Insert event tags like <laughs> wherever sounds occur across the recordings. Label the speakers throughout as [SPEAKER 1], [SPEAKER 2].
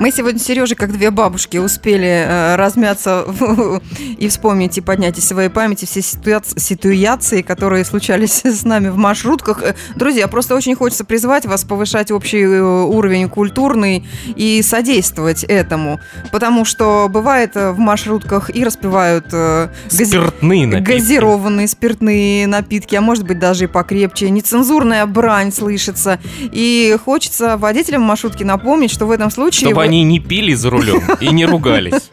[SPEAKER 1] Мы сегодня с Сережей, как две бабушки, успели э, размяться <laughs> и вспомнить и поднять из своей памяти все ситуации, ситуации, которые случались <laughs> с нами в маршрутках. Э, Друзья, просто очень хочется призвать вас повышать общий э, уровень культурный и содействовать этому. Потому что бывает э, в маршрутках и распивают э, гази-
[SPEAKER 2] Спиртные напитки.
[SPEAKER 1] газированные спиртные напитки, а может быть даже и покрепче. Нецензурная брань слышится. И хочется водителям маршрутки напомнить, что в этом случае...
[SPEAKER 2] Чтобы
[SPEAKER 1] вы-
[SPEAKER 2] они не пили за рулем и не ругались.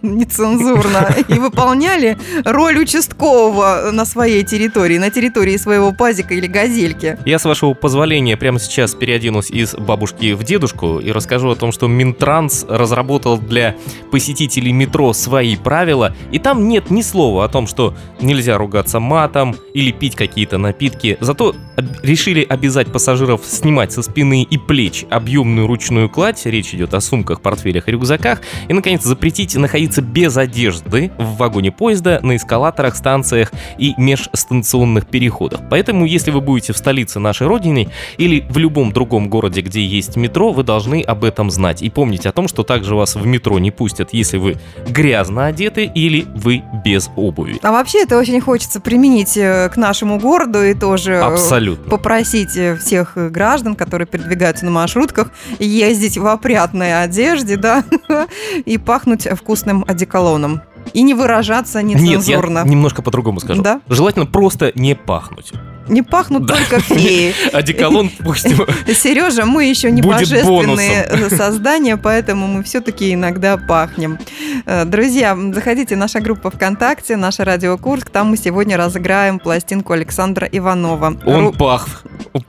[SPEAKER 1] <laughs> нецензурно и выполняли роль участкового на своей территории, на территории своего пазика или газельки.
[SPEAKER 2] Я, с вашего позволения, прямо сейчас переоденусь из бабушки в дедушку и расскажу о том, что Минтранс разработал для посетителей метро свои правила, и там нет ни слова о том, что нельзя ругаться матом или пить какие-то напитки. Зато об- решили обязать пассажиров снимать со спины и плеч объемную ручную кладь, речь идет о сумках, портфелях и рюкзаках, и, наконец, запретить находиться без одежды в вагоне поезда, на эскалаторах, станциях и межстанционных переходах. Поэтому, если вы будете в столице нашей родины или в любом другом городе, где есть метро, вы должны об этом знать. И помнить о том, что также вас в метро не пустят, если вы грязно одеты или вы без обуви.
[SPEAKER 1] А вообще это очень хочется применить э, к нашему городу и тоже э,
[SPEAKER 2] Абсолютно.
[SPEAKER 1] попросить э, всех э, граждан, которые передвигаются на маршрутках, ездить в опрятной одежде, да, <laughs> и пахнуть вкусным одеколоном. И не выражаться
[SPEAKER 2] Нет, я
[SPEAKER 1] нецензурно.
[SPEAKER 2] немножко по-другому скажу.
[SPEAKER 1] Да?
[SPEAKER 2] Желательно просто не пахнуть.
[SPEAKER 1] Не пахнут
[SPEAKER 2] Да. <laughs>
[SPEAKER 1] только феи. <laughs>
[SPEAKER 2] Одеколон пусть
[SPEAKER 1] Сережа, мы еще не
[SPEAKER 2] Будет
[SPEAKER 1] божественные создания, поэтому мы все-таки иногда пахнем. Э, Друзья, м, заходите в наша группа ВКонтакте, наша Радио Курск. Там мы сегодня разыграем пластинку Александра Иванова.
[SPEAKER 2] Он
[SPEAKER 1] Ру-
[SPEAKER 2] пах.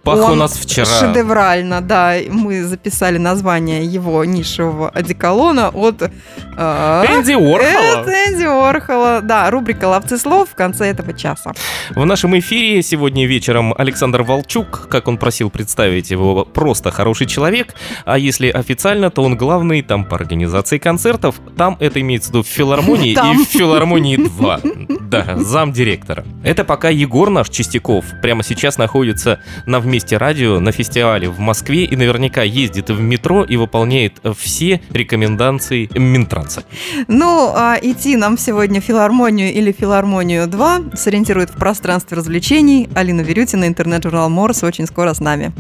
[SPEAKER 2] Пах у
[SPEAKER 1] он
[SPEAKER 2] нас вчера.
[SPEAKER 1] Шедеврально, да. И Мы записали название его нишевого одеколона от... э,
[SPEAKER 2] Энди Уорхола.
[SPEAKER 1] Эд- Энди Орхола. Да, рубрика «Ловцы слов» в конце этого часа.
[SPEAKER 2] В нашем эфире сегодня вечером Александр Волчук, как он просил представить его, просто хороший человек, а если официально, то он главный там по организации концертов, там это имеется в виду в филармонии
[SPEAKER 1] Там.
[SPEAKER 2] и в филармонии 2, да, зам директора. Это пока Егор наш Чистяков прямо сейчас находится на Вместе Радио на фестивале в Москве и наверняка ездит в метро и выполняет э, все рекомендации Минтранса.
[SPEAKER 1] Ну, а идти нам сегодня в филармонию или филармонию 2 сориентирует в пространстве развлечений Алина Верютина, интернет-журнал Морс, очень скоро с нами.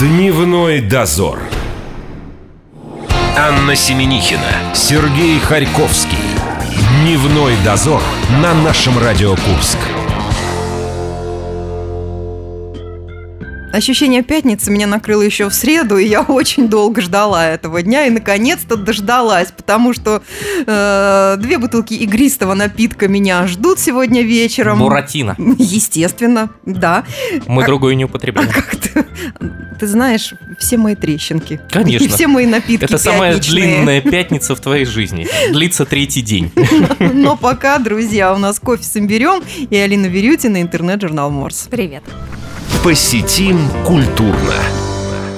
[SPEAKER 3] Дневной дозор. Анна Семенихина, Сергей Харьковский. Дневной дозор на нашем Радио Курск.
[SPEAKER 1] Ощущение пятницы меня накрыло еще в среду, и я <laughs> очень долго ждала этого дня, и наконец-то дождалась, потому что э, две бутылки игристого напитка меня ждут сегодня вечером.
[SPEAKER 2] Буратино.
[SPEAKER 1] Естественно, да. А
[SPEAKER 2] Мы другое не употребляем.
[SPEAKER 1] Как ты, ты знаешь, все мои трещинки.
[SPEAKER 2] Конечно.
[SPEAKER 1] И <laughs> все мои напитки
[SPEAKER 2] Это самая
[SPEAKER 1] пятничные.
[SPEAKER 2] длинная пятница в твоей жизни. Длится третий день.
[SPEAKER 1] Но пока, друзья, у нас кофе с имбирем и Алина Верютина, интернет-журнал Морс.
[SPEAKER 4] Привет.
[SPEAKER 3] Посетим культурно.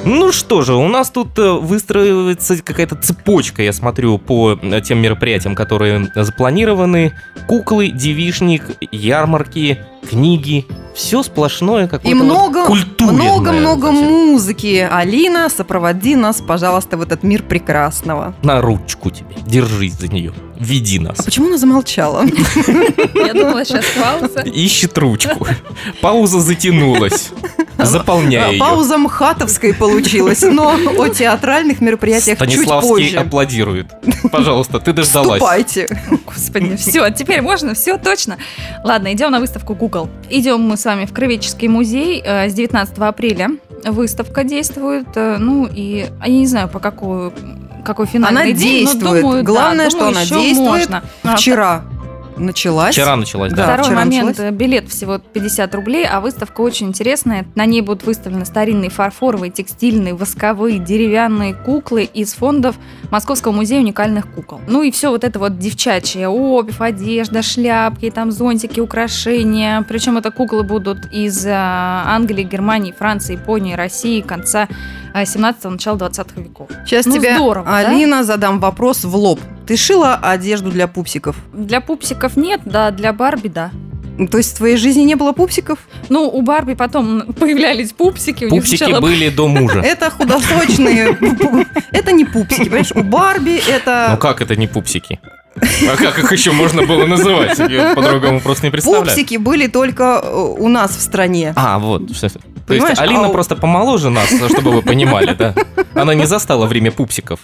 [SPEAKER 2] Ну что же, у нас тут э, выстраивается какая-то цепочка, я смотрю, по э, тем мероприятиям, которые запланированы. Куклы, девишник, ярмарки, книги. Все сплошное какое-то
[SPEAKER 1] И
[SPEAKER 2] вот
[SPEAKER 1] много,
[SPEAKER 2] культуренное.
[SPEAKER 1] много-много
[SPEAKER 2] совсем.
[SPEAKER 1] музыки. Алина, сопроводи нас, пожалуйста, в этот мир прекрасного.
[SPEAKER 2] На ручку тебе. Держись за нее. Веди
[SPEAKER 1] А
[SPEAKER 2] нас.
[SPEAKER 1] почему она замолчала?
[SPEAKER 4] Я думала, сейчас хвалится.
[SPEAKER 2] Ищет ручку. <laughs> Пауза затянулась.
[SPEAKER 1] А,
[SPEAKER 2] Заполняй ее.
[SPEAKER 1] Пауза мхатовской получилась, но о театральных мероприятиях чуть
[SPEAKER 2] Станиславский
[SPEAKER 1] позже.
[SPEAKER 2] аплодирует. Пожалуйста, ты дождалась.
[SPEAKER 1] Ступайте.
[SPEAKER 4] А Господи, все, теперь можно, все точно. Ладно, идем на выставку Google. Идем мы с вами в Крывеческий музей э, с 19 апреля. Выставка действует, э, ну и а я не знаю, по какую какой финальный
[SPEAKER 1] Она
[SPEAKER 4] день, но
[SPEAKER 1] действует.
[SPEAKER 4] думаю, да,
[SPEAKER 1] Главное,
[SPEAKER 4] думаю,
[SPEAKER 1] что она
[SPEAKER 4] еще
[SPEAKER 1] действует.
[SPEAKER 4] можно. А,
[SPEAKER 1] Вчера началась.
[SPEAKER 2] Вчера началась, да.
[SPEAKER 1] Да.
[SPEAKER 4] Второй
[SPEAKER 1] вчера
[SPEAKER 4] момент.
[SPEAKER 1] началась.
[SPEAKER 4] э, Билет всего 50 рублей, а выставка очень интересная. На ней будут выставлены старинные фарфоровые, текстильные, восковые, деревянные куклы из фондов Московского музея уникальных кукол. Ну и все вот это вот девчачье. Обувь, одежда, шляпки, там зонтики, украшения. Причем это куклы будут из э, Англии, Германии, Франции, Японии, России конца 17-го, начала 20 веков.
[SPEAKER 1] Сейчас
[SPEAKER 4] Ну,
[SPEAKER 1] тебе,
[SPEAKER 4] здорово, да?
[SPEAKER 1] Алина, задам вопрос в лоб. Ты шила одежду для пупсиков?
[SPEAKER 4] Для пупсиков нет, да, для Барби, да.
[SPEAKER 1] То есть в твоей жизни не было пупсиков?
[SPEAKER 4] Ну, у Барби потом <laughs> появлялись пупсики, у них
[SPEAKER 2] Пупсики
[SPEAKER 4] сначала
[SPEAKER 2] были до мужа.
[SPEAKER 1] <laughs> Это
[SPEAKER 2] <laughs>
[SPEAKER 1] худосочные. пу- Это не пупсики, понимаешь? У Барби
[SPEAKER 2] Ну
[SPEAKER 1] это
[SPEAKER 2] как это не пупсики? А как их еще можно было называть? Я по-другому просто не представляю.
[SPEAKER 1] пупсики были только э, у нас в стране.
[SPEAKER 2] А, вот. что- То
[SPEAKER 1] Понимаешь,
[SPEAKER 2] есть Алина
[SPEAKER 1] а у-
[SPEAKER 2] просто помоложе нас, ну, чтобы вы понимали, да? Она не застала
[SPEAKER 1] <laughs>
[SPEAKER 2] время пупсиков.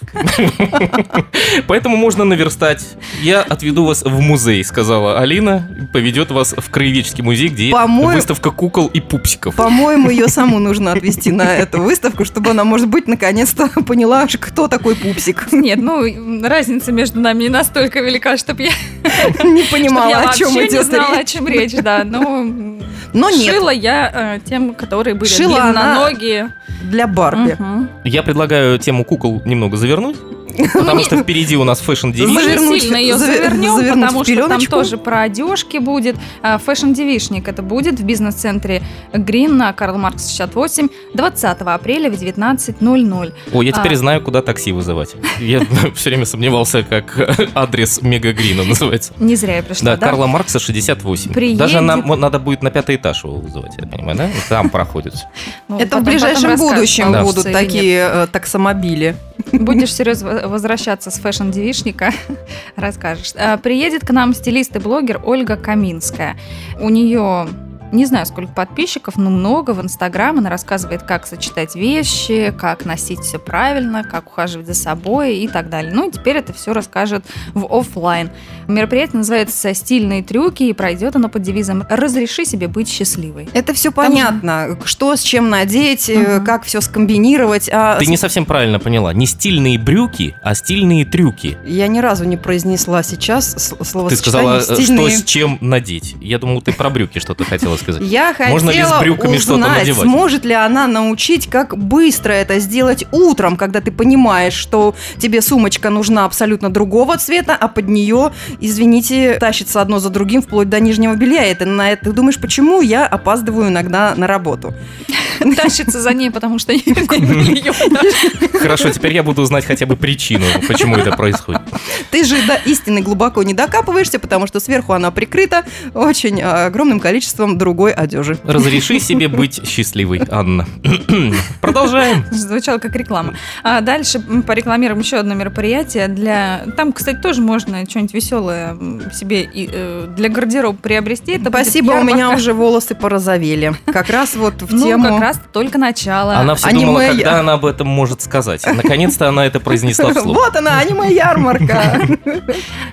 [SPEAKER 2] Поэтому можно наверстать. Я отведу вас в музей, сказала Алина. Поведет вас в краеведческий музей, где
[SPEAKER 1] По-моему-
[SPEAKER 2] выставка кукол и пупсиков.
[SPEAKER 1] По-моему, ее саму нужно отвезти на эту выставку, чтобы она, может быть, наконец-то <laughs> поняла, аж кто такой <laughs> пупсик.
[SPEAKER 4] Нет, ну, разница между нами не настолько велика, чтобы я,
[SPEAKER 1] Не
[SPEAKER 4] чтоб я
[SPEAKER 1] понимала, о чем
[SPEAKER 4] вообще не
[SPEAKER 1] идет
[SPEAKER 4] знала, о
[SPEAKER 1] речь.
[SPEAKER 4] чем речь,
[SPEAKER 1] <laughs>
[SPEAKER 4] да. Ну,
[SPEAKER 1] Но нет,
[SPEAKER 4] шила я э, тем, которые были
[SPEAKER 1] Шила она
[SPEAKER 4] длинноногие.
[SPEAKER 1] для Барби.
[SPEAKER 4] Мгм.
[SPEAKER 2] Я предлагаю тему кукол немного завернуть, потому что впереди у нас
[SPEAKER 4] Мы
[SPEAKER 2] фэшн-девичник.
[SPEAKER 1] Завернуть-
[SPEAKER 4] не сильно ее
[SPEAKER 1] завер-
[SPEAKER 4] завернем,
[SPEAKER 1] завернуть
[SPEAKER 4] потому
[SPEAKER 1] в
[SPEAKER 4] что там
[SPEAKER 1] пеленочку.
[SPEAKER 4] тоже про одежки будет. Фэшн-девишник это будет в бизнес-центре Грин на Карл Маркс 68 20 апреля в 19.00.
[SPEAKER 2] О, я теперь
[SPEAKER 4] А.
[SPEAKER 2] знаю, куда такси вызывать. Я <laughs> все время сомневался, как <laughs> адрес Мегагрина называется.
[SPEAKER 4] Не зря я пришла,
[SPEAKER 2] Да,
[SPEAKER 4] да?
[SPEAKER 2] Карла Маркса 68.
[SPEAKER 4] Приедет.
[SPEAKER 2] Даже нам вот надо будет на пятый этаж его вызывать, я понимаю, да? Там проходит.
[SPEAKER 4] Ну,
[SPEAKER 1] Это в
[SPEAKER 4] потом- потом
[SPEAKER 1] ближайшем
[SPEAKER 4] расскажешь,
[SPEAKER 1] будущем
[SPEAKER 4] получится
[SPEAKER 1] будут
[SPEAKER 4] или нет.
[SPEAKER 1] такие э, таксомобили.
[SPEAKER 4] Будешь серьезно возвращаться с фэшн-девишника, <laughs> расскажешь. А, Приедет к нам стилист и блогер Ольга Каминская. У нее не знаю, сколько подписчиков, но много в Инстаграм. Она рассказывает, как сочетать вещи, как носить все правильно, как ухаживать за собой и так далее. Ну и теперь это все расскажет в офлайн. Мероприятие называется «Стильные трюки» и пройдет оно под девизом «Разреши себе быть счастливой». <laughs>
[SPEAKER 1] Это все
[SPEAKER 4] Там же-
[SPEAKER 1] понятно. Что с чем надеть, э,
[SPEAKER 4] Мгм.
[SPEAKER 1] как все скомбинировать. а
[SPEAKER 2] Ты
[SPEAKER 1] с-
[SPEAKER 2] не совсем правильно поняла. Не стильные брюки, а стильные трюки.
[SPEAKER 1] Я ни разу не произнесла сейчас с-
[SPEAKER 2] Ты сказала,
[SPEAKER 1] словосочетание
[SPEAKER 2] э, что
[SPEAKER 1] «стильные».
[SPEAKER 2] с чем надеть. Я думал, ты про брюки что-то хотела сказать.
[SPEAKER 1] Я хотела
[SPEAKER 2] Можно ли с брюками что-то
[SPEAKER 1] узнать,
[SPEAKER 2] надевать?
[SPEAKER 1] сможет ли она научить, как быстро это сделать утром, когда ты понимаешь, что тебе сумочка нужна абсолютно другого цвета, а под нее, извините, тащится одно за другим вплоть до нижнего белья. И ты на это ты думаешь, почему я опаздываю иногда на работу?
[SPEAKER 4] Тащится за ней, потому что <laughs> не ее.
[SPEAKER 2] Хорошо, теперь я буду знать хотя бы причину, почему это происходит.
[SPEAKER 1] Ты же до истины глубоко не докапываешься, потому что сверху она прикрыта очень э, огромным количеством другой одежи.
[SPEAKER 2] Разреши себе быть счастливой, Анна. <clears throat> Продолжаем.
[SPEAKER 4] Звучало как реклама. А дальше м, порекламируем еще одно мероприятие. Для... Там, кстати, тоже можно что-нибудь веселое м, себе и, э, для гардероба приобрести. Это будет
[SPEAKER 1] Спасибо, у
[SPEAKER 4] ярмарка.
[SPEAKER 1] меня уже волосы порозовели. Как раз вот в
[SPEAKER 4] Ну,
[SPEAKER 1] тему.
[SPEAKER 4] как раз только начало.
[SPEAKER 2] Она все
[SPEAKER 1] А, Аниме
[SPEAKER 2] думала,
[SPEAKER 1] я-
[SPEAKER 2] когда она об этом может сказать. Наконец-то она
[SPEAKER 1] <laughs>
[SPEAKER 2] это произнесла вслух.
[SPEAKER 1] Вот она, аниме-ярмарка.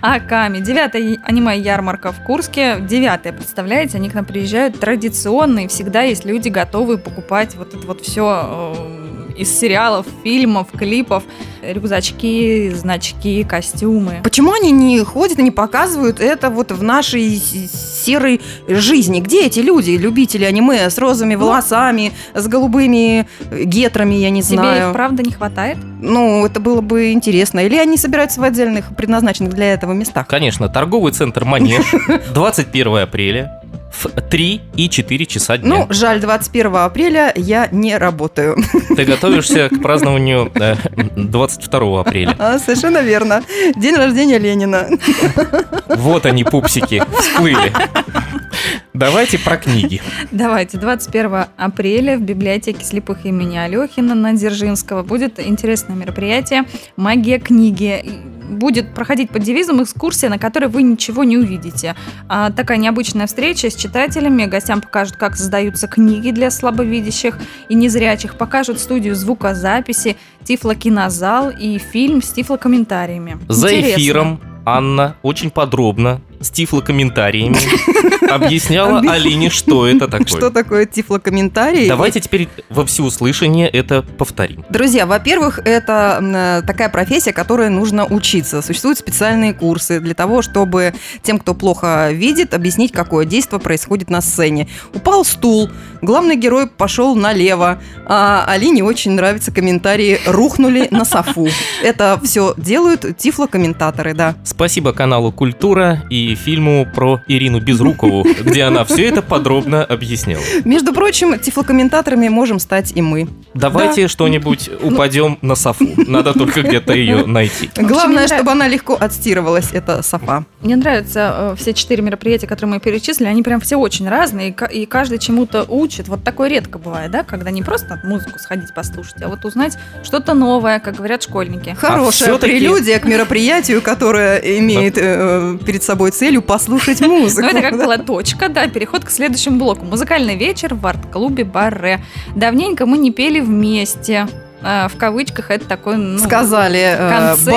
[SPEAKER 4] Аками. А Девятая я- аниме-ярмарка в Курске. Девятая, представляете? Они к нам приезжают традиционные. Всегда есть люди, готовые покупать вот это вот все из сериалов, фильмов, клипов. Рюкзачки, значки, костюмы.
[SPEAKER 1] <laughs> Почему они не ходят и не показывают это вот в нашей с- серой жизни? Где эти люди, любители аниме с розовыми волосами, с голубыми э, гетрами, я не
[SPEAKER 4] Тебе их
[SPEAKER 1] знаю.
[SPEAKER 4] правда не хватает?
[SPEAKER 1] Ну, это было бы интересно. Или они собираются в отдельных, предназначенных для этого местах.
[SPEAKER 2] Конечно, торговый центр «Манеж» <laughs> 21 апреля в 3 и 4 часа
[SPEAKER 1] Ну,
[SPEAKER 2] дня.
[SPEAKER 1] жаль, 21 апреля я не работаю. <laughs>
[SPEAKER 2] Ты готовишься к празднованию э, 22 апреля.
[SPEAKER 1] А, Совершенно верно. День рождения Ленина.
[SPEAKER 2] Вот они, пупсики, всплыли. Давайте про книги.
[SPEAKER 4] Давайте, 21 апреля в библиотеке слепых имени Алехина на Дзержинского будет интересное мероприятие «Магия книги». И Будет проходить под девизом экскурсия, на которой вы ничего не увидите. А, такая необычная встреча с читателями. Гостям покажут, как создаются книги для слабовидящих и незрячих. Покажут студию звукозаписи, тифлокинозал и фильм с тифлокомментариями.
[SPEAKER 2] За
[SPEAKER 4] Интересно.
[SPEAKER 2] эфиром Анна очень подробно, с тифлокомментариями, объясняла
[SPEAKER 1] Объяс-
[SPEAKER 2] Алине, что это
[SPEAKER 1] <laughs> Что
[SPEAKER 2] такое.
[SPEAKER 1] такое тифлокомментарий?
[SPEAKER 2] Давайте теперь во всеуслышание это повторим.
[SPEAKER 1] Друзья, во-первых, это м, э, такая профессия, которой нужно учиться. Существуют специальные курсы для того, чтобы тем, кто плохо видит, объяснить, какое действие происходит на сцене. Упал стул, главный герой пошел налево, а Алине очень нравятся комментарии «рухнули на софу». Это все делают тифлокомментаторы, да.
[SPEAKER 2] Спасибо каналу «Культура» и и фильму про Ирину Безрукову, где она все это подробно объясняла.
[SPEAKER 1] Между прочим, тифлокомментаторами можем стать и мы.
[SPEAKER 2] Давайте что-нибудь упадем на софу. Надо только где-то ее найти.
[SPEAKER 4] общем,
[SPEAKER 1] Главное,
[SPEAKER 4] мне нравится.
[SPEAKER 1] чтобы она легко отстирывалась, это софа.
[SPEAKER 4] Мне нравятся э, все четыре мероприятия, которые мы перечислили, они прям все очень разные, и, ка- и каждый чему-то учит. Вот такое редко бывает, да, когда не просто музыку сходить послушать, а вот узнать что-то новое, как говорят школьники. А
[SPEAKER 1] Хорошая
[SPEAKER 2] всё-таки-
[SPEAKER 1] прелюдия к мероприятию, которое имеет э, перед собой целью послушать
[SPEAKER 4] Ну,
[SPEAKER 1] музыку.
[SPEAKER 4] это как
[SPEAKER 1] Да.
[SPEAKER 4] лоточка, да, переход к следующему блоку. Музыкальный вечер в арт-клубе Барре. Давненько мы не пели вместе. Э, В кавычках это такой, ну,
[SPEAKER 1] Сказали э,
[SPEAKER 4] Концепция,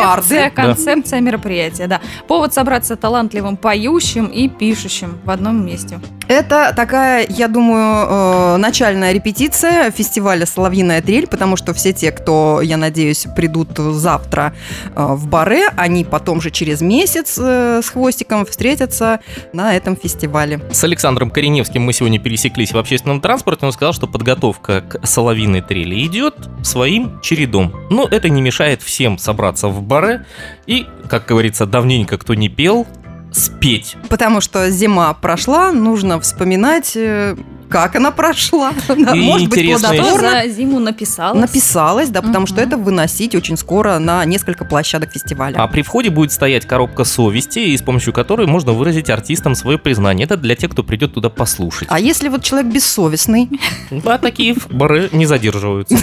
[SPEAKER 1] барды.
[SPEAKER 4] концепция мероприятия, да. Повод собраться талантливым поющим и пишущим в одном месте.
[SPEAKER 1] Это такая, я думаю, э, начальная репетиция фестиваля «Соловьиная трель», потому что все те, кто, я надеюсь, придут завтра э, в баре, они потом же через месяц э, с хвостиком встретятся на этом фестивале.
[SPEAKER 2] С Александром Кореневским мы сегодня пересеклись в общественном транспорте. Он сказал, что подготовка к соловьиной трели идет своим чередом. Но это не мешает всем собраться в баре и, как говорится, давненько кто не пел, спеть.
[SPEAKER 1] Потому что зима прошла, нужно вспоминать, э, как она прошла. <laughs> Да,
[SPEAKER 2] И
[SPEAKER 1] Может быть,
[SPEAKER 2] интересные-
[SPEAKER 4] Что
[SPEAKER 1] плодотворно.
[SPEAKER 4] за зиму написала?
[SPEAKER 1] Написалась, да, потому что
[SPEAKER 4] Мгм.
[SPEAKER 1] это выносить очень скоро на несколько площадок фестиваля.
[SPEAKER 2] А при входе будет стоять коробка совести, и с помощью которой можно выразить артистам свое признание. Это для тех, кто придет туда послушать.
[SPEAKER 1] А если вот человек бессовестный,
[SPEAKER 4] <laughs>
[SPEAKER 2] Да, такие в бары не задерживаются.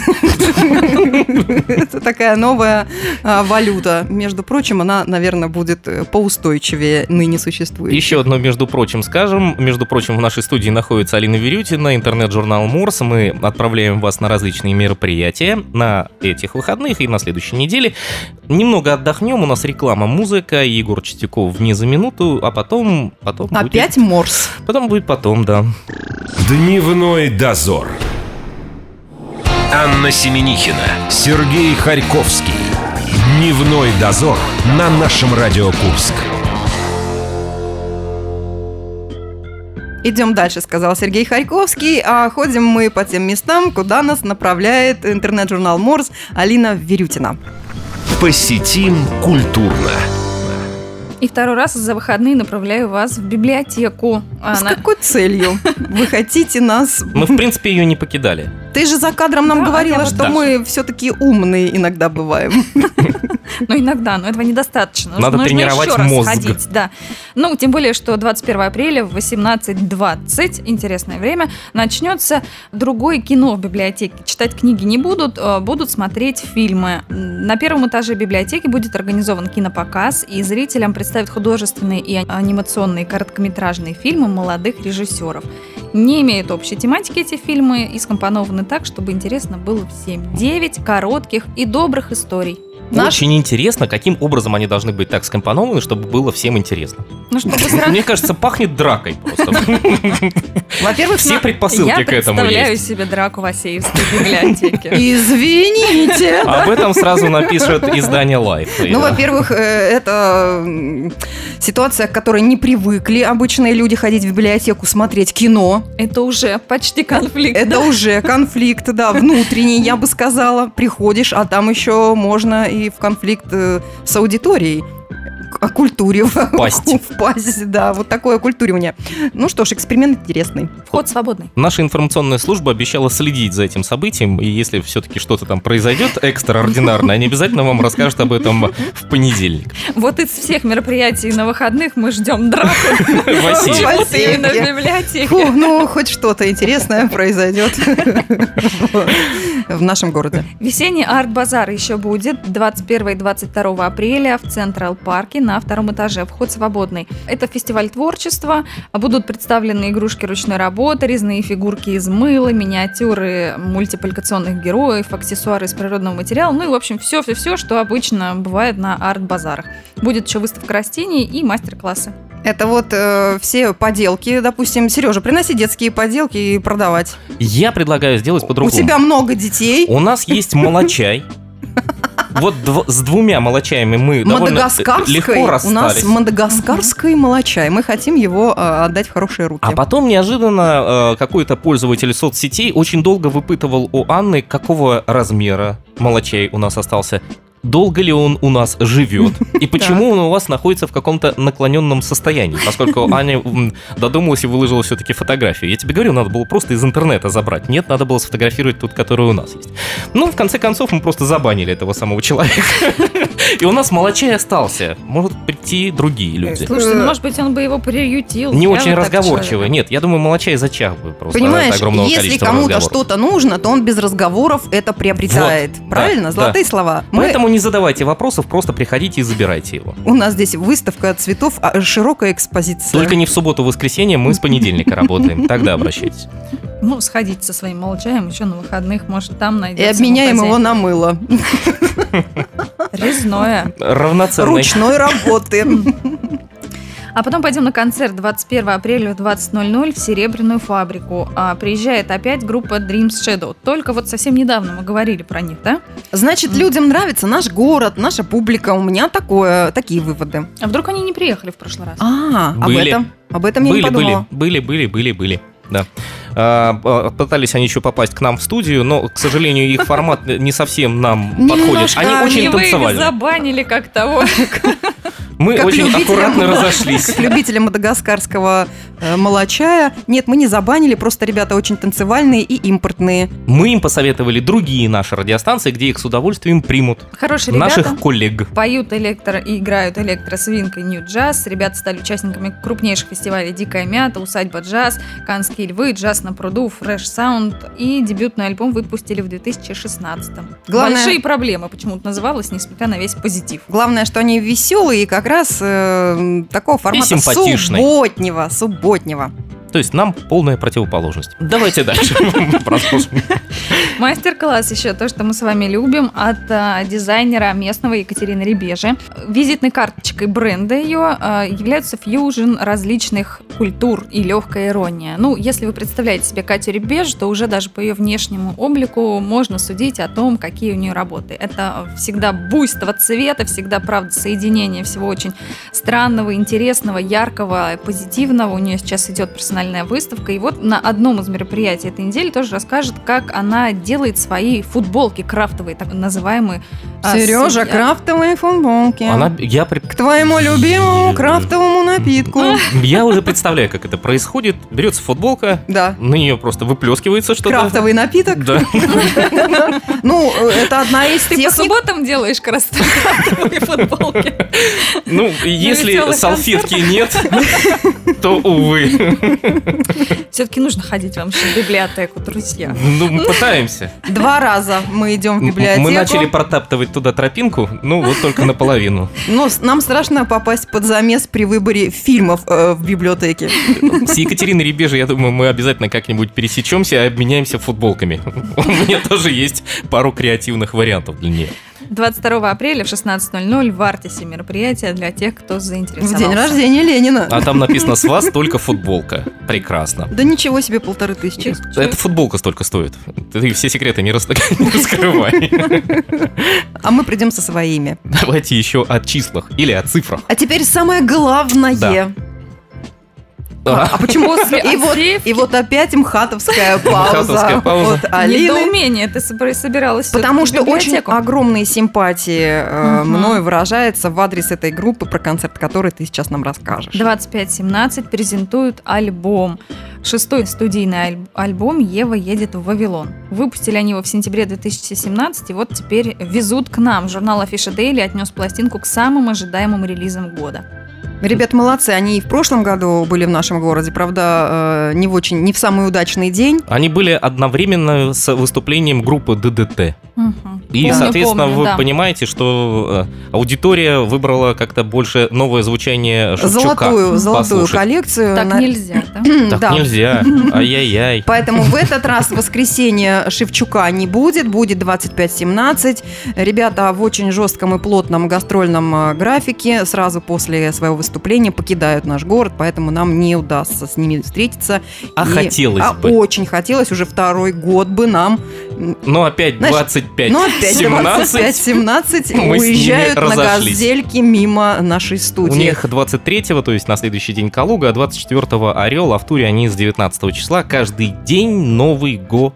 [SPEAKER 1] Это такая новая а, валюта. Между прочим, она, наверное, будет э, поустойчивее ныне существует.
[SPEAKER 2] Еще одно, между прочим, скажем. Между прочим, в нашей студии находится Алина Верютина, интернет-журнал Морс. Мы отправляем вас на различные мероприятия на этих выходных и на следующей неделе. Немного отдохнем, у нас реклама, музыка, Егор Чистяков вне за минуту, а потом... потом будет-
[SPEAKER 1] Опять морс.
[SPEAKER 2] потом будет потом, да.
[SPEAKER 3] Дневной дозор. Анна Семенихина, Сергей Харьковский. Дневной дозор на нашем Радио Курск.
[SPEAKER 1] Идем дальше, сказал Сергей Харьковский. А ходим мы по тем местам, куда нас направляет интернет-журнал Морс Алина Верютина.
[SPEAKER 3] Посетим культурно.
[SPEAKER 4] И второй раз за выходные направляю вас в библиотеку.
[SPEAKER 1] А С
[SPEAKER 4] Она-
[SPEAKER 1] какой целью
[SPEAKER 4] <laughs>
[SPEAKER 1] вы хотите нас?
[SPEAKER 2] Мы, в принципе, ее не покидали.
[SPEAKER 1] Ты же за кадром нам
[SPEAKER 4] Да,
[SPEAKER 1] говорила,
[SPEAKER 4] я
[SPEAKER 1] что
[SPEAKER 2] вот
[SPEAKER 1] мы все-таки умные иногда бываем.
[SPEAKER 4] <laughs> Но Ну, иногда, но этого недостаточно.
[SPEAKER 2] Надо
[SPEAKER 4] Нужно
[SPEAKER 2] тренировать
[SPEAKER 4] еще раз
[SPEAKER 2] мозг.
[SPEAKER 4] ходить, да. Ну, тем более, что 21 апреля в 18.20, интересное время, начнется другое кино в библиотеке. Читать книги не будут, э, будут смотреть фильмы. М, На первом этаже библиотеки будет организован кинопоказ, и зрителям представят художественные и анимационные короткометражные фильмы молодых режиссеров. Не имеют общей тематики эти фильмы и скомпонованы так, чтобы интересно было всем. 9 коротких и добрых историй.
[SPEAKER 1] Наш-
[SPEAKER 2] Очень интересно, каким образом они должны быть так скомпонованы, чтобы было
[SPEAKER 1] <laughs>
[SPEAKER 2] всем интересно. <laughs>
[SPEAKER 4] Ну, чтобы сразу
[SPEAKER 2] Мне кажется, пахнет дракой
[SPEAKER 1] Ну,
[SPEAKER 2] просто.
[SPEAKER 1] Во-первых,
[SPEAKER 2] Все
[SPEAKER 1] на-
[SPEAKER 2] предпосылки
[SPEAKER 4] я
[SPEAKER 2] к этому
[SPEAKER 4] представляю
[SPEAKER 2] есть.
[SPEAKER 4] себе драку в Асеевской библиотеке.
[SPEAKER 1] извините.
[SPEAKER 2] А Об этом сразу напишет издание Life.
[SPEAKER 1] Ну, во-первых, э, это м, ситуация, к которой не привыкли обычные люди ходить в библиотеку, смотреть кино.
[SPEAKER 4] <laughs> Это уже почти конфликт.
[SPEAKER 1] Это уже конфликт, да, внутренний, я бы сказала. Приходишь, а там еще можно и в конфликт э, с аудиторией к- о культуре <laughs>
[SPEAKER 2] Впасть.
[SPEAKER 1] впасть, да, вот такое культуривание. Ну что ж, эксперимент интересный.
[SPEAKER 4] Вход свободный.
[SPEAKER 2] Наша информационная служба обещала следить за этим событием, и если все-таки что-то там произойдет экстраординарное, они обязательно вам расскажут об этом
[SPEAKER 1] <laughs>
[SPEAKER 2] в понедельник.
[SPEAKER 4] Вот из всех мероприятий на выходных мы ждем драку.
[SPEAKER 1] Василий.
[SPEAKER 2] Василий.
[SPEAKER 4] Почему-то именно в
[SPEAKER 1] Фу,
[SPEAKER 4] библиотеке.
[SPEAKER 1] ну, хоть что-то интересное <laughs> произойдет в нашем городе.
[SPEAKER 4] Весенний арт-базар еще будет 21 и 22 апреля в Централ Парке на втором этаже. Вход свободный. Это фестиваль творчества. Будут представлены игрушки ручной работы, резные фигурки из мыла, миниатюры мультипликационных героев, аксессуары из природного материала. Ну и, в общем, все-все-все, что обычно бывает на арт-базарах. Будет еще выставка растений и мастер-классы.
[SPEAKER 1] Это вот э, все поделки, допустим, Сережа, приноси детские поделки и продавать.
[SPEAKER 2] Я предлагаю сделать
[SPEAKER 1] У
[SPEAKER 2] по-другому.
[SPEAKER 1] тебя много детей.
[SPEAKER 2] У нас есть молочай. Вот дв- с двумя молочаями мы довольно
[SPEAKER 1] Мадагаскарской.
[SPEAKER 2] легко
[SPEAKER 1] У нас
[SPEAKER 2] расстались.
[SPEAKER 1] мадагаскарской молочай. Мы хотим его э, отдать в хорошие руки.
[SPEAKER 2] А потом неожиданно э, какой-то пользователь соцсетей очень долго выпытывал у Анны, какого размера молочей у нас остался. долго ли он у нас живет и почему он у вас находится в каком-то наклоненном состоянии, поскольку Аня м, додумалась и выложила все-таки фотографию. Я тебе говорю, надо было просто из интернета забрать. Нет, надо было сфотографировать тот, который у нас есть. Ну, в конце концов, мы просто забанили этого самого человека. <laughs> И у нас молочай остался. Может прийти другие люди.
[SPEAKER 4] Слушайте,
[SPEAKER 1] Э.
[SPEAKER 4] ну может быть он бы его приютил.
[SPEAKER 1] а
[SPEAKER 2] Не
[SPEAKER 4] Я
[SPEAKER 2] очень
[SPEAKER 4] вот так
[SPEAKER 2] разговорчивый.
[SPEAKER 4] человек.
[SPEAKER 2] Нет, я думаю, молочай зачах бы просто от
[SPEAKER 1] Понимаешь,
[SPEAKER 2] огромного
[SPEAKER 1] если
[SPEAKER 2] количества
[SPEAKER 1] кому-то
[SPEAKER 2] разговоров.
[SPEAKER 1] что-то нужно, то он без разговоров это приобретает.
[SPEAKER 2] Вот,
[SPEAKER 1] Правильно?
[SPEAKER 2] да,
[SPEAKER 1] Золотые слова. Мы-
[SPEAKER 2] Поэтому не задавайте вопросов, просто приходите и забирайте его.
[SPEAKER 1] У нас здесь выставка цветов, а, широкая экспозиция.
[SPEAKER 2] Только не в субботу-воскресенье, мы
[SPEAKER 1] <laughs>
[SPEAKER 2] с понедельника работаем. Тогда обращайтесь.
[SPEAKER 4] Ну, сходить со своим молчаем еще на выходных, может, там
[SPEAKER 1] И
[SPEAKER 4] найдется.
[SPEAKER 1] обменяем его на мыло.
[SPEAKER 4] хозяин. Резное.
[SPEAKER 2] Равноценный.
[SPEAKER 1] Ручной
[SPEAKER 2] <laughs>
[SPEAKER 1] работы.
[SPEAKER 4] А потом пойдем на концерт 21 апреля в 20.00 в Серебряную фабрику. А, приезжает опять группа Dreams Shadow. Только вот совсем недавно мы говорили про них, да?
[SPEAKER 1] Значит, людям нравится наш город, наша публика. У меня такое, такие выводы.
[SPEAKER 4] А вдруг они не приехали в прошлый раз?
[SPEAKER 1] А, об
[SPEAKER 2] Были.
[SPEAKER 1] этом. Об этом я не
[SPEAKER 2] Были, были,
[SPEAKER 1] подумала.
[SPEAKER 2] были, были, были, были. Да. А, а, Пытались они еще попасть к нам в студию, но, к сожалению, их формат не совсем нам подходит.
[SPEAKER 1] Немножко <laughs>
[SPEAKER 2] Они
[SPEAKER 1] не
[SPEAKER 2] очень
[SPEAKER 4] А, вы их
[SPEAKER 2] танцевали.
[SPEAKER 4] забанили
[SPEAKER 2] <laughs>
[SPEAKER 4] как того.
[SPEAKER 2] Мы
[SPEAKER 1] Как
[SPEAKER 2] очень
[SPEAKER 1] любителям-
[SPEAKER 2] аккуратно разошлись.
[SPEAKER 1] Как любителя мадагаскарского э, молочая. Нет, мы не забанили, просто ребята очень танцевальные и импортные.
[SPEAKER 2] Мы им посоветовали другие наши радиостанции, где их с удовольствием примут.
[SPEAKER 4] Хорошие ребята.
[SPEAKER 2] Наших коллег.
[SPEAKER 4] Поют электро и играют электросвинг и нью-джаз. Ребята стали участниками крупнейших фестивалей «Дикая мята», «Усадьба джаз», «Канские львы», «Джаз на пруду», «Фрэш саунд» и дебютный альбом выпустили в 2016
[SPEAKER 1] Главное-
[SPEAKER 4] Большие проблемы почему-то называлось, несмотря на весь позитив.
[SPEAKER 1] Главное, что они веселые и как раз э, такого формата
[SPEAKER 2] симпатичные.
[SPEAKER 1] субботнего, субботнего.
[SPEAKER 2] То есть нам полная противоположность. Давайте дальше. <laughs> Продолжим.
[SPEAKER 4] Мастер-класс еще, то, что мы с вами любим, от а, дизайнера местного Екатерины Ребежи. Визитной карточкой бренда ее а, являются фьюжн различных культур и легкая ирония. Ну, если вы представляете себе Катю Ребеж, то уже даже по ее внешнему облику можно судить о том, какие у нее работы. Это всегда буйство цвета, всегда, правда, соединение всего очень странного, интересного, яркого, позитивного. У нее сейчас идет персональная выставка. И вот на одном из мероприятий этой недели тоже расскажет, как она делает свои футболки крафтовые, так называемые. а,
[SPEAKER 1] Сережа,
[SPEAKER 4] с-
[SPEAKER 1] крафтовые футболки.
[SPEAKER 2] Она, я при-
[SPEAKER 1] К твоему любимому крафтовому напитку.
[SPEAKER 2] Я уже представляю, как это происходит. Берется футболка,
[SPEAKER 1] Да.
[SPEAKER 2] на нее просто выплескивается что-то.
[SPEAKER 1] Крафтовый напиток.
[SPEAKER 2] Да.
[SPEAKER 1] Ну, э, это одна из
[SPEAKER 4] Ты по
[SPEAKER 1] техник.
[SPEAKER 4] субботам делаешь крафтовые футболки?
[SPEAKER 2] Ну, если
[SPEAKER 4] весёлый
[SPEAKER 2] салфетки нет, <laughs> то увы.
[SPEAKER 4] Все-таки нужно ходить вам в библиотеку, друзья.
[SPEAKER 2] Ну, мы пытаемся.
[SPEAKER 1] Два раза мы идем в библиотеку.
[SPEAKER 2] Мы начали протаптывать туда тропинку, ну, вот только наполовину.
[SPEAKER 1] Но с- нам страшно попасть под замес при выборе фильмов э, в библиотеке.
[SPEAKER 2] С Екатериной Ребежей, я думаю, мы обязательно как-нибудь пересечемся и обменяемся футболками. <laughs> У меня тоже есть пару креативных вариантов для нее.
[SPEAKER 4] 22 апреля в 16.00 в Артисе мероприятие для тех, кто
[SPEAKER 1] В
[SPEAKER 4] заинтересовался.
[SPEAKER 1] день рождения Ленина.
[SPEAKER 2] А там написано «С вас только футболка». Прекрасно.
[SPEAKER 1] Да ничего себе, полторы тысячи.
[SPEAKER 2] Эта футболка столько стоит. Ты все секреты не, рас- <laughs> не раскрывай.
[SPEAKER 1] А мы придем со своими.
[SPEAKER 2] Давайте еще о числах или о цифрах.
[SPEAKER 1] А теперь самое главное.
[SPEAKER 2] Да.
[SPEAKER 1] А почему?
[SPEAKER 2] <laughs>
[SPEAKER 4] После
[SPEAKER 1] И вот,
[SPEAKER 4] отсеивки.
[SPEAKER 1] и вот опять мхатовская пауза.
[SPEAKER 2] Мхатовская пауза.
[SPEAKER 1] От Алины.
[SPEAKER 4] Недоумение ты собра- собиралась всё-таки
[SPEAKER 1] Потому
[SPEAKER 4] в
[SPEAKER 1] что очень
[SPEAKER 4] библиотеку.
[SPEAKER 1] огромные симпатии э,
[SPEAKER 4] Мгм.
[SPEAKER 1] мной выражаются в адрес этой группы, про концерт которой ты сейчас нам расскажешь.
[SPEAKER 4] 25-17 презентуют альбом. Шестой студийный аль- альбом «Ева едет в Вавилон». Выпустили они его в сентябре 2017, и вот теперь везут к нам. Журнал «Афиша Дейли» отнес пластинку к самым ожидаемым релизам года.
[SPEAKER 1] Ребят, молодцы, они и в прошлом году были в нашем городе, правда, э, не в очень, не в самый удачный день.
[SPEAKER 2] Они были одновременно с выступлением группы ДДТ.
[SPEAKER 4] Мгм.
[SPEAKER 2] И,
[SPEAKER 4] Помню,
[SPEAKER 2] соответственно,
[SPEAKER 4] помню,
[SPEAKER 2] вы
[SPEAKER 4] да.
[SPEAKER 2] понимаете, что э, аудитория выбрала как-то больше новое звучание Шевчука.
[SPEAKER 1] золотую, золотую
[SPEAKER 2] послушать.
[SPEAKER 1] коллекцию.
[SPEAKER 4] Так
[SPEAKER 1] На-
[SPEAKER 4] нельзя, да?
[SPEAKER 2] Так
[SPEAKER 1] Да. <laughs>
[SPEAKER 2] нельзя. Ай-яй-яй.
[SPEAKER 1] Поэтому в этот раз воскресенье Шевчука не будет, будет 25-17. Ребята в очень жестком и плотном гастрольном э, графике сразу после своего выступления покидают наш город, поэтому нам не удастся с ними встретиться.
[SPEAKER 2] А
[SPEAKER 1] И-
[SPEAKER 2] хотелось
[SPEAKER 1] а
[SPEAKER 2] бы.
[SPEAKER 1] очень хотелось, уже второй год бы нам
[SPEAKER 2] Но Ну, опять
[SPEAKER 1] Знаешь,
[SPEAKER 2] 25.
[SPEAKER 1] Ну, опять
[SPEAKER 2] 17.
[SPEAKER 1] 25-17
[SPEAKER 2] Мы с ними
[SPEAKER 1] уезжают на
[SPEAKER 2] разошлись.
[SPEAKER 1] газельке мимо нашей
[SPEAKER 2] У
[SPEAKER 1] студии.
[SPEAKER 2] них 23-го, то есть на следующий день Калуга, а 24-го Орел, а в туре они с 19 числа. Каждый день новый город.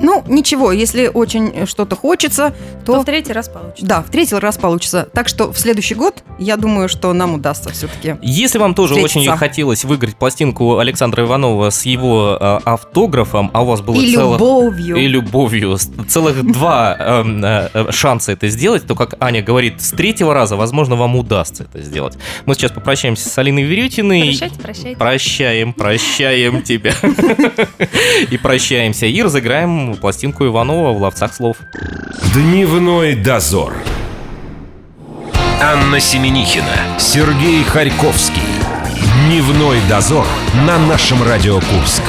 [SPEAKER 1] Ну, ничего, если очень э, что-то хочется,
[SPEAKER 4] то,
[SPEAKER 1] то...
[SPEAKER 4] в третий раз получится.
[SPEAKER 1] Да, в третий раз получится. Так что в следующий год, я думаю, что нам удастся все-таки.
[SPEAKER 2] Если вам тоже
[SPEAKER 1] Встретиться.
[SPEAKER 2] очень хотелось выиграть пластинку Александра Иванова с его э, автографом, а у вас было
[SPEAKER 1] И
[SPEAKER 2] целых...
[SPEAKER 1] любовью.
[SPEAKER 2] И любовью. С- Целых два эм, э, э, шанса это сделать, то, как Аня говорит, с третьего раза, возможно, вам удастся это сделать. Мы сейчас попрощаемся с Алиной Верютиной.
[SPEAKER 4] Прощайте, прощайте.
[SPEAKER 2] Прощаем, прощаем тебя. <laughs> И прощаемся. И разыграем пластинку Иванова в ловцах слов.
[SPEAKER 3] Дневной дозор. Анна Семенихина, Сергей Харьковский. Дневной дозор на нашем Радио Курск.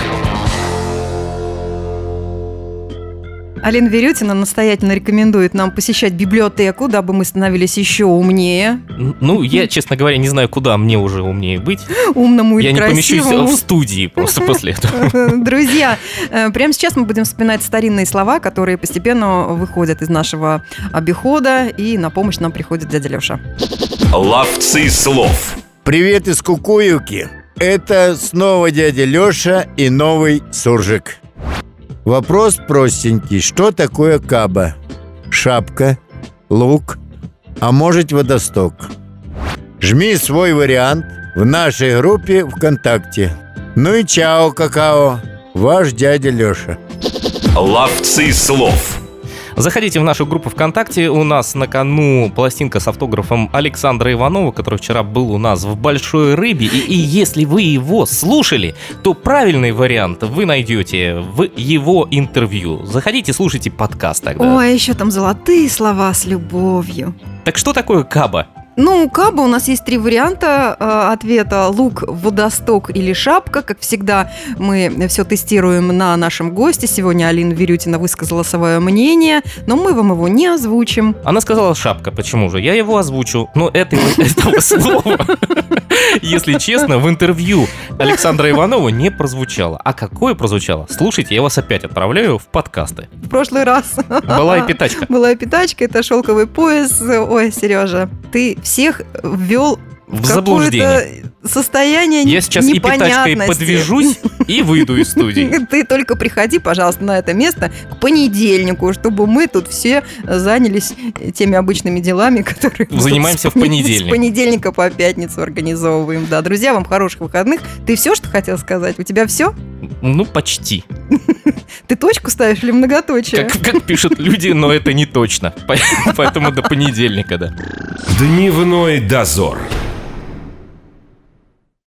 [SPEAKER 1] Алина Верютина настоятельно рекомендует нам посещать библиотеку, дабы мы становились еще умнее,
[SPEAKER 2] Н- Ну, я, честно говоря, не знаю, куда мне уже умнее быть.
[SPEAKER 1] умному и
[SPEAKER 2] Я не помещусь а
[SPEAKER 1] красивому.
[SPEAKER 2] в студии просто после этого.
[SPEAKER 1] <laughs> Друзья, э, прямо сейчас мы будем вспоминать старинные слова, которые постепенно выходят из нашего обихода, и на помощь нам приходит дядя Леша.
[SPEAKER 3] Ловцы слов.
[SPEAKER 5] Привет из Кукуюки. Это снова дядя Леша и новый суржик. Вопрос простенький. Что такое каба? Шапка, лук, а может водосток? Жми свой вариант в нашей группе ВКонтакте. Ну и чао, какао. Ваш дядя Леша.
[SPEAKER 3] Ловцы слов.
[SPEAKER 2] Заходите в нашу группу ВКонтакте. У нас на кону пластинка с автографом Александра Иванова, который вчера был у нас в Большой Рыбе. И, и если вы его слушали, то правильный вариант вы найдете в его интервью. Заходите, слушайте подкаст тогда.
[SPEAKER 1] Ой, а еще там золотые слова с любовью.
[SPEAKER 2] Так что такое каба?
[SPEAKER 1] Ну, у Каба у нас есть три варианта э, ответа. Лук, водосток или шапка. Как всегда, мы все тестируем на нашем госте. Сегодня Алина Верютина высказала свое мнение, но мы вам его не озвучим.
[SPEAKER 2] Она сказала шапка, почему же? Я его озвучу, но это не- этого слова, если честно, в интервью Александра Иванова не прозвучало. А какое прозвучало? Слушайте, я вас опять отправляю в подкасты.
[SPEAKER 1] В прошлый раз
[SPEAKER 2] Была и пятачка.
[SPEAKER 1] была питачка, это шелковый пояс. Ой, Сережа, ты всех ввел
[SPEAKER 2] В
[SPEAKER 1] какое-то
[SPEAKER 2] заблуждение.
[SPEAKER 1] состояние
[SPEAKER 2] Я сейчас и пятачкой
[SPEAKER 1] непонятности.
[SPEAKER 2] подвяжусь и выйду из студии.
[SPEAKER 1] <laughs> Ты только приходи, пожалуйста, на это место к понедельнику, чтобы мы тут все занялись теми обычными делами, которые... мы тут
[SPEAKER 2] Занимаемся в
[SPEAKER 1] с пон-
[SPEAKER 2] понедельник.
[SPEAKER 1] С понедельника по пятницу организовываем. Да, друзья, вам хороших выходных. Ты все, что хотел сказать? У тебя все?
[SPEAKER 2] Ну, почти.
[SPEAKER 1] Ты точку ставишь или многоточие?
[SPEAKER 2] Как, как пишут люди, но это не точно. По- Поэтому до понедельника, да.
[SPEAKER 3] Дневной дозор.